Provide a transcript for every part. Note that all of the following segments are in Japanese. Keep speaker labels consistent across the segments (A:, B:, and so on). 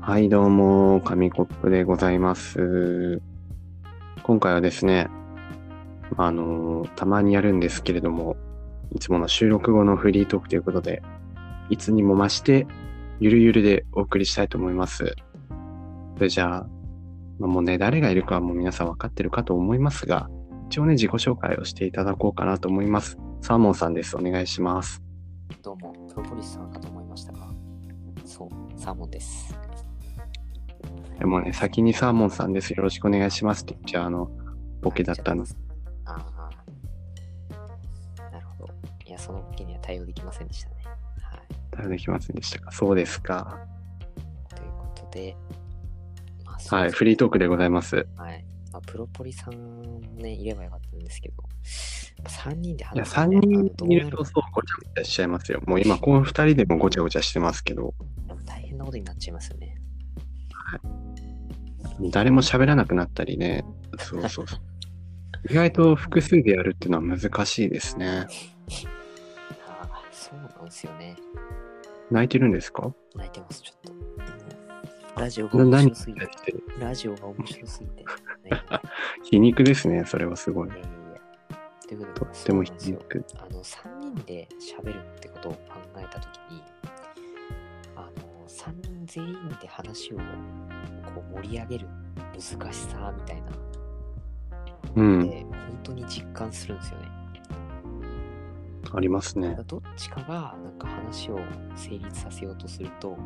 A: はい、どうも、紙コップでございます。今回はですね、あのーたまにやるんですけれども、いつもの収録後のフリートークということで、いつにも増して、ゆるゆるでお送りしたいと思います。それじゃあ、まあもうね、誰がいるかはもう皆さん分かってるかと思いますが、一応ね、自己紹介をしていただこうかなと思います。サーモンさんです。お願いします。
B: どうも、プロポリスさんかと思いましたが、そう、サーモンです。
A: でもね、先にサーモンさんです。よろしくお願いしますって言っちゃう、あの、ボケだったんです。
B: ああ。なるほど。いや、そのボケには対応できませんでしたね。はい。
A: 対応できませんでしたか。そうですか。
B: ということで、まあ、そう
A: はい、フリートークでございます。
B: はい。まあ、プロポリさんもね、いればよかったんですけど、3人で
A: いや、
B: 話
A: 3人いるとそうごちゃごちゃしちゃいますよ。もう今、この2人でもごちゃごちゃしてますけど、
B: う大変なことになっちゃいますよね。
A: 誰も喋らなくなったりね。そうそう そう。意外と複数でやるっていうのは難しいですね。
B: ああ、そうなんですよね。
A: 泣いてるんですか
B: 泣いてます、ちょっと。ラジオが
A: な
B: 面
A: 何
B: 白すぎ
A: 泣い
B: て、
A: てる
B: ラジオが面白すぎて。ね
A: 皮肉ですね、それはすごい
B: い。やいやいやということ
A: と
B: で、
A: っても
B: そ
A: 皮
B: うなんですよ
A: 肉。
B: あの3人で喋るってことを考えたときにあの3人全員で話をこう盛り上げる難しさみたいな
A: う
B: の
A: ん、
B: で、本当に実感するんですよね。
A: ありますね。
B: どっちかがなんか話を成立させようとすると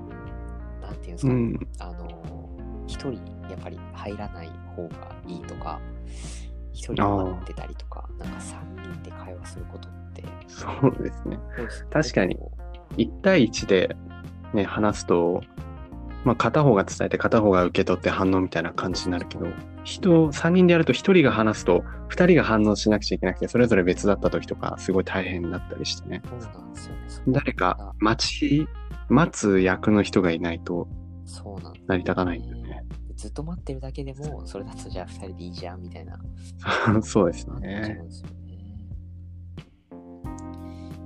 B: なんていうんです
A: う
B: か、
A: ん、
B: あの一人やっぱり入らない方がいいとか一人待ってたりとかなんか3人で会話することって
A: そうですね。
B: そうですね
A: 確かに
B: こ
A: 1対1で、ね、話すと、まあ、片方が伝えて片方が受け取って反応みたいな感じになるけど人3人でやると1人が話すと2人が反応しなくちゃいけなくてそれぞれ別だった時とかすごい大変だったりしてね
B: うそうなんですよね。
A: 誰か待ち待つ役の人がいないと
B: そうなん
A: 成り立たないんだよね
B: ずっと待ってるだけでも、それだとじゃあ2人でいいじゃんみたいな。
A: そうです
B: なっちゃ
A: ね
B: うんですよね。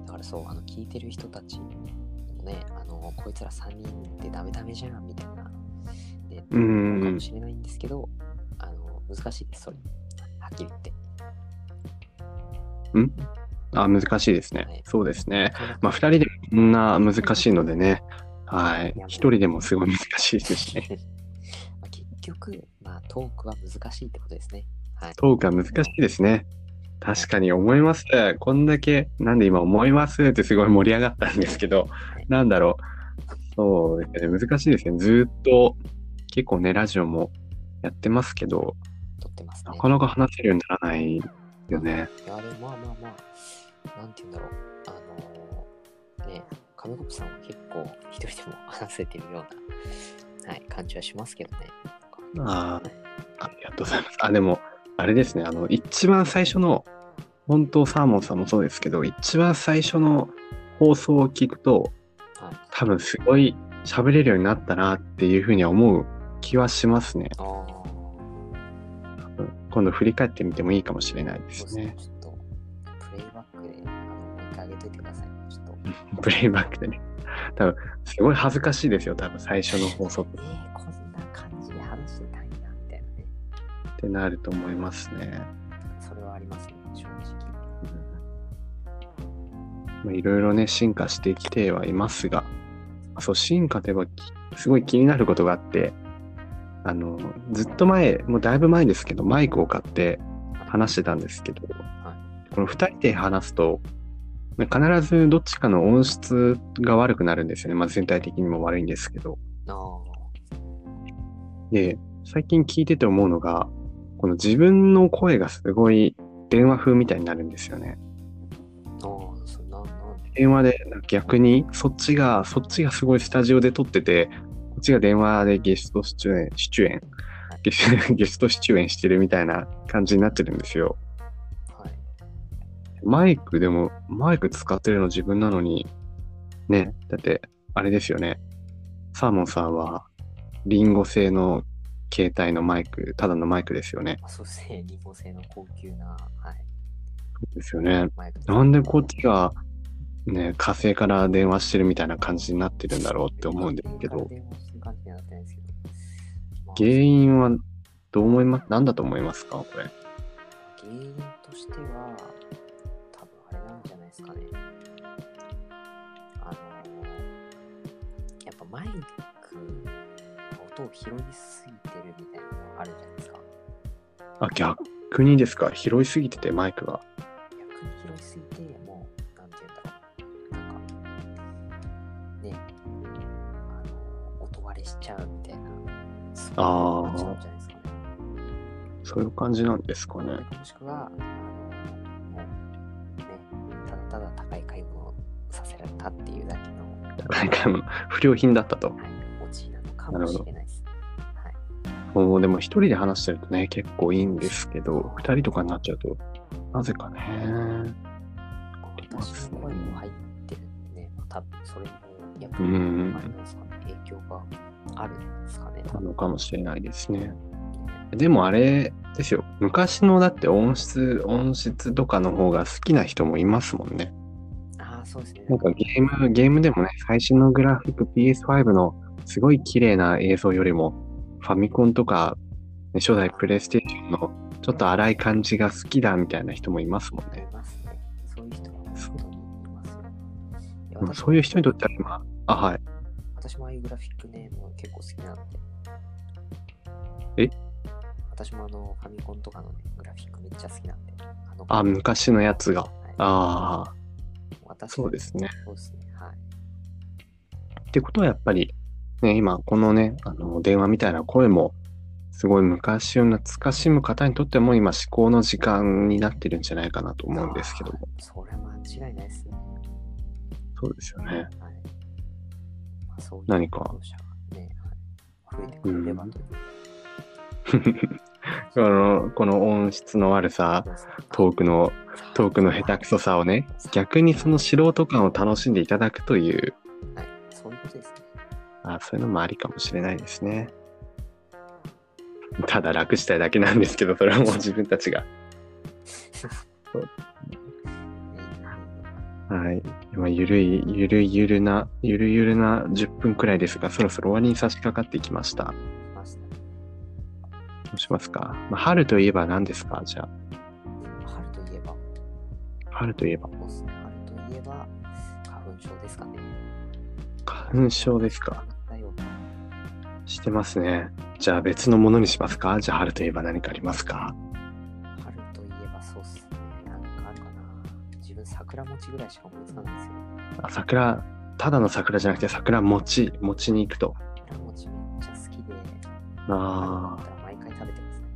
B: だからそう、あの聞いてる人たちもね、あのこいつら3人でダメダメじゃんみたいな、ね、
A: うんうんうん
B: かもしれないんですけど、あの難しいです、それ。はっきり言って。
A: んあ難しいですねそうですねまあ2人でこんな難しいのでねはい1人でもすごい難しいですしね
B: まあ結局、まあ、トークは難しいってことですね。はい。
A: トークは難しいですね。確かに思います。こんだけ、なんで今思いますってすごい盛り上がったんですけど、なんだろう。そうですね、難しいですね。ずーっと、結構ね、ラジオもやってますけど、
B: 撮ってますね。
A: なかなか話せるようにならないよね。
B: いや、でもまあまあまあ、なんて言うんだろう。あのーね、紙コップさんは結構一人でも話せてるような、はい、感じはしますけどね。
A: あありがとうございます。あ、でも、あれですね、あの、一番最初の、本当サーモンさんもそうですけど、一番最初の放送を聞くと、
B: はい。
A: 多分すごい喋れるようになったなっていうふうには思う気はしますね。
B: ああ、
A: 今度振り返ってみてもいいかもしれないで
B: そうですすね
A: ね。。
B: ちょっと、プレイバックで、あの、もう一回上げといてください。ちょっと。
A: プレイバックでね。 多分すごい恥ずかしいですよ、多分最初の放送っ
B: えー、こんな感じで話してたいな、みたいなね。
A: てなると思いますね。
B: それはありますね、正直。
A: まあいろいろね、進化してきてはいますが、あそう、進化といえばき、すごい気になることがあって、あの、ずっと前、もうだいぶ前ですけど、マイクを買って話してたんですけど、この2人で話すと、必ずどっちかの音質が悪くなるんですよね。まあ、全体的にも悪いんですけど。
B: ああ、
A: で、最近聞いてて思うのが、この自分の声がすごい電話風みたいになるんですよね。
B: ああ、そんな、なんで。
A: 電話で逆にそっちがそっちがすごいスタジオで撮っててこっちが電話でゲスト出演出演ゲス ゲスト出演してるみたいな感じになってるんですよ
B: はい。
A: マイクでもマイク使ってるの自分なのにねだってあれですよねサーモンさんはリンゴ製の携帯のマイクただのマイクですよね
B: まあ、そうですね、日本製の高級な、はい、
A: ですよね
B: マイク
A: なんでこっちがね火星から電話してるみたいな感じになってるんだろうって思うんですけど
B: 電話する感じにはなってないですけど。
A: 原因はどう思います、何だと思いますかこれ。
B: 原因としては、多分あれなんじゃないですかね。あのーやっぱマイクの音を拾いすぎてるみたいなのがあるじゃないですか。
A: あ、逆にですか拾いすぎててマイクが。
B: 逆に拾いすぎて、もう、なんて言うんだろう。なんか、ね、あのー音割れしちゃうみたいな、そういう感じなんじゃないですかね。
A: そういう感じなんですかね。
B: もしくは、あのもうね、ただただ高い買い物をさせられたっていうだけの、
A: 高い買い物、不良品だったと。
B: はい、オチなのか
A: なる
B: も
A: ほ
B: し
A: ど
B: れないです。はい、
A: もうでも一人で話してるとね、結構いいんですけど、二人とかになっちゃうと、なぜかね。
B: 私の声も入ってるんでね、まあ、多分それもやっぱ
A: う
B: り、
A: ん
B: あれなんですかね、影響があるんですかね。
A: なのかもしれないですね。でもあれですよ、昔のだって音質、音質とかの方が好きな人もいますもんね。
B: ああ、そうですね。
A: なんかゲーム、ゲームでもね、最新のグラフィック PS5 のすごい綺麗な映像よりも、ファミコンとか、ね初代プレイステーションのちょっと荒い感じが好きだみたいな人もいますもん
B: い
A: ね。
B: ますね。そういう人は本当にいますよ。いや
A: うん
B: 私も
A: そういう人にとっては今、あ、はい。
B: 私もああいうグラフィックね、もう結構好きなんで。
A: え
B: 私もあの、ファミコンとかのね、グラフィックめっちゃ好きなんで。あの
A: あ、昔のやつが。
B: はい
A: ああ、
B: 私。
A: そうですすね。
B: そうですね。はい。
A: ってことはやっぱり、ね、今このね、あの電話みたいな声も、すごい昔を懐かしむ方にとっても今思考の時間になってるんじゃないかなと思うんですけども。
B: あー。それは間違いないですね。
A: そうですよね。
B: はい。まあ、そういう
A: 何か
B: 利用者がね、はい、増えてくれればという。
A: この、この音質の悪さ、トークの、トークの下手くそさをね、逆にその素人感を楽しんでいただくという、
B: はい。そういうことですね。
A: あそういうのもありかもしれないですね。ただ楽したいだけなんですけど、それはもう自分たちが。 はい。今、ゆるい、ゆるいゆるな、ゆるゆるな10分くらいですが、そろそろ終わりに差し掛かってきました。ど
B: ました
A: うしますか、まあ、春といえば何ですかじゃあ。
B: 春といえば、
A: 春といえば。
B: そうですね。春といえば、花粉症ですかね。
A: 花粉症ですか
B: だよ。
A: してますね。じゃあ別のものにしますかじゃあ春といえば何かありますか
B: 春といえばそうっすね。なんかあるかな。自分、桜餅ぐらいしか思いつかないんですよ。
A: あ桜、ただの桜じゃなくて桜餅、餅に行くと。
B: 桜餅めっちゃ好きで、
A: ああ、
B: 毎回食べてますね。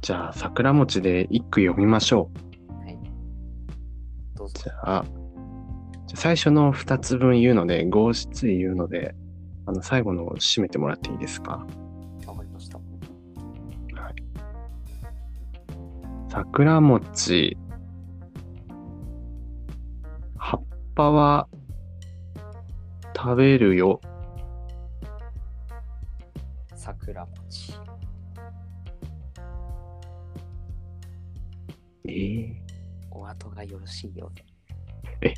A: じゃあ桜餅で一句読みましょう。
B: はい。どうぞ。
A: じゃあ、じゃあ最初の2つ分言うので、五七言うので、あの最後のを締めてもらっていいですか。
B: わかりました。
A: 桜餅、葉っぱは食べるよ。
B: 桜餅。
A: ええ
B: お後がよろしいようで。